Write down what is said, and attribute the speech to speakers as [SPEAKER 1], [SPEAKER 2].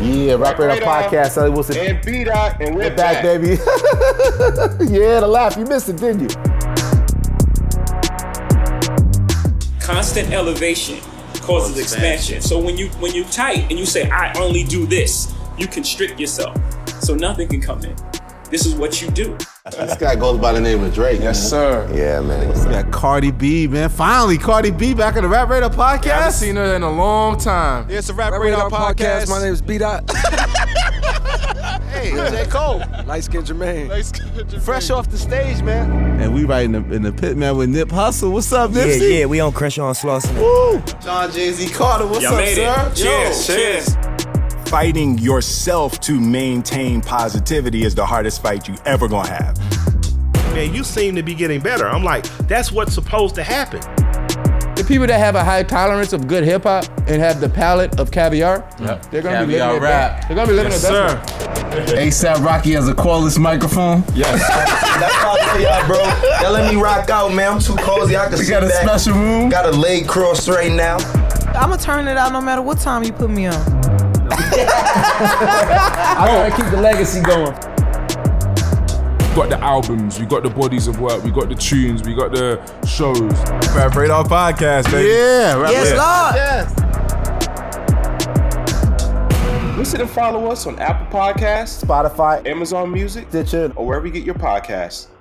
[SPEAKER 1] Yeah, Rap Radar Podcast. Sally Wilson.
[SPEAKER 2] And B Dot, and we're
[SPEAKER 1] Get back,
[SPEAKER 2] back.
[SPEAKER 1] baby. yeah, the laugh. You missed it, didn't you?
[SPEAKER 3] constant elevation causes expansion. So when you when you tight and you say I only do this, you constrict yourself. So nothing can come in. This is what you do.
[SPEAKER 2] This guy goes by the name of Drake.
[SPEAKER 4] Yes, sir.
[SPEAKER 1] Yeah, man.
[SPEAKER 4] I
[SPEAKER 1] Got Cardi B, man. Finally, Cardi B back on the Rap Radar
[SPEAKER 4] haven't
[SPEAKER 1] Podcast.
[SPEAKER 4] seen her in a long time.
[SPEAKER 5] It's a Rap, Radar, podcast. My name is B Dot.
[SPEAKER 2] Hey, J. Cole.
[SPEAKER 5] Light skin Jermaine.
[SPEAKER 2] Fresh off the stage, man.
[SPEAKER 1] And we right in the, in the pit, man, with Nip Hustle. What's up,
[SPEAKER 6] Yeah,
[SPEAKER 1] Nipsey?
[SPEAKER 6] yeah, we on Crush on Slauson.
[SPEAKER 1] Woo! John Jay Z Carter, what's
[SPEAKER 3] Y'all
[SPEAKER 1] up,
[SPEAKER 3] made
[SPEAKER 1] sir?
[SPEAKER 3] it. Cheers,
[SPEAKER 1] Yo.
[SPEAKER 3] cheers.
[SPEAKER 7] Fighting yourself to maintain positivity is the hardest fight you ever gonna have.
[SPEAKER 8] man, you seem to be getting better. I'm like, that's what's supposed to happen.
[SPEAKER 9] The people that have a high tolerance of good hip hop and have the palate of caviar, they're gonna be
[SPEAKER 4] Caviar
[SPEAKER 9] living
[SPEAKER 4] rap.
[SPEAKER 9] Their best. They're gonna be living
[SPEAKER 4] Yes,
[SPEAKER 9] their best.
[SPEAKER 4] sir.
[SPEAKER 1] ASAP Rocky has a cordless microphone.
[SPEAKER 10] That's how I tell y'all, bro. Y'all let me rock out, man. I'm too cozy. I can
[SPEAKER 1] We
[SPEAKER 10] sit
[SPEAKER 1] got a
[SPEAKER 10] back.
[SPEAKER 1] special room.
[SPEAKER 10] Got a leg cross right now.
[SPEAKER 11] I'ma turn it out no matter what time you put me on.
[SPEAKER 9] I wanna keep the legacy going.
[SPEAKER 4] got the albums, we got the bodies of work, we got the tunes, we got the shows.
[SPEAKER 7] Rap Radar Podcast, baby.
[SPEAKER 1] Yeah, Rap
[SPEAKER 11] Yes, Lord.
[SPEAKER 2] Listen and follow us on Apple Podcasts,
[SPEAKER 1] Spotify,
[SPEAKER 2] Amazon Music,
[SPEAKER 1] Stitcher,
[SPEAKER 2] or wherever you get your podcasts.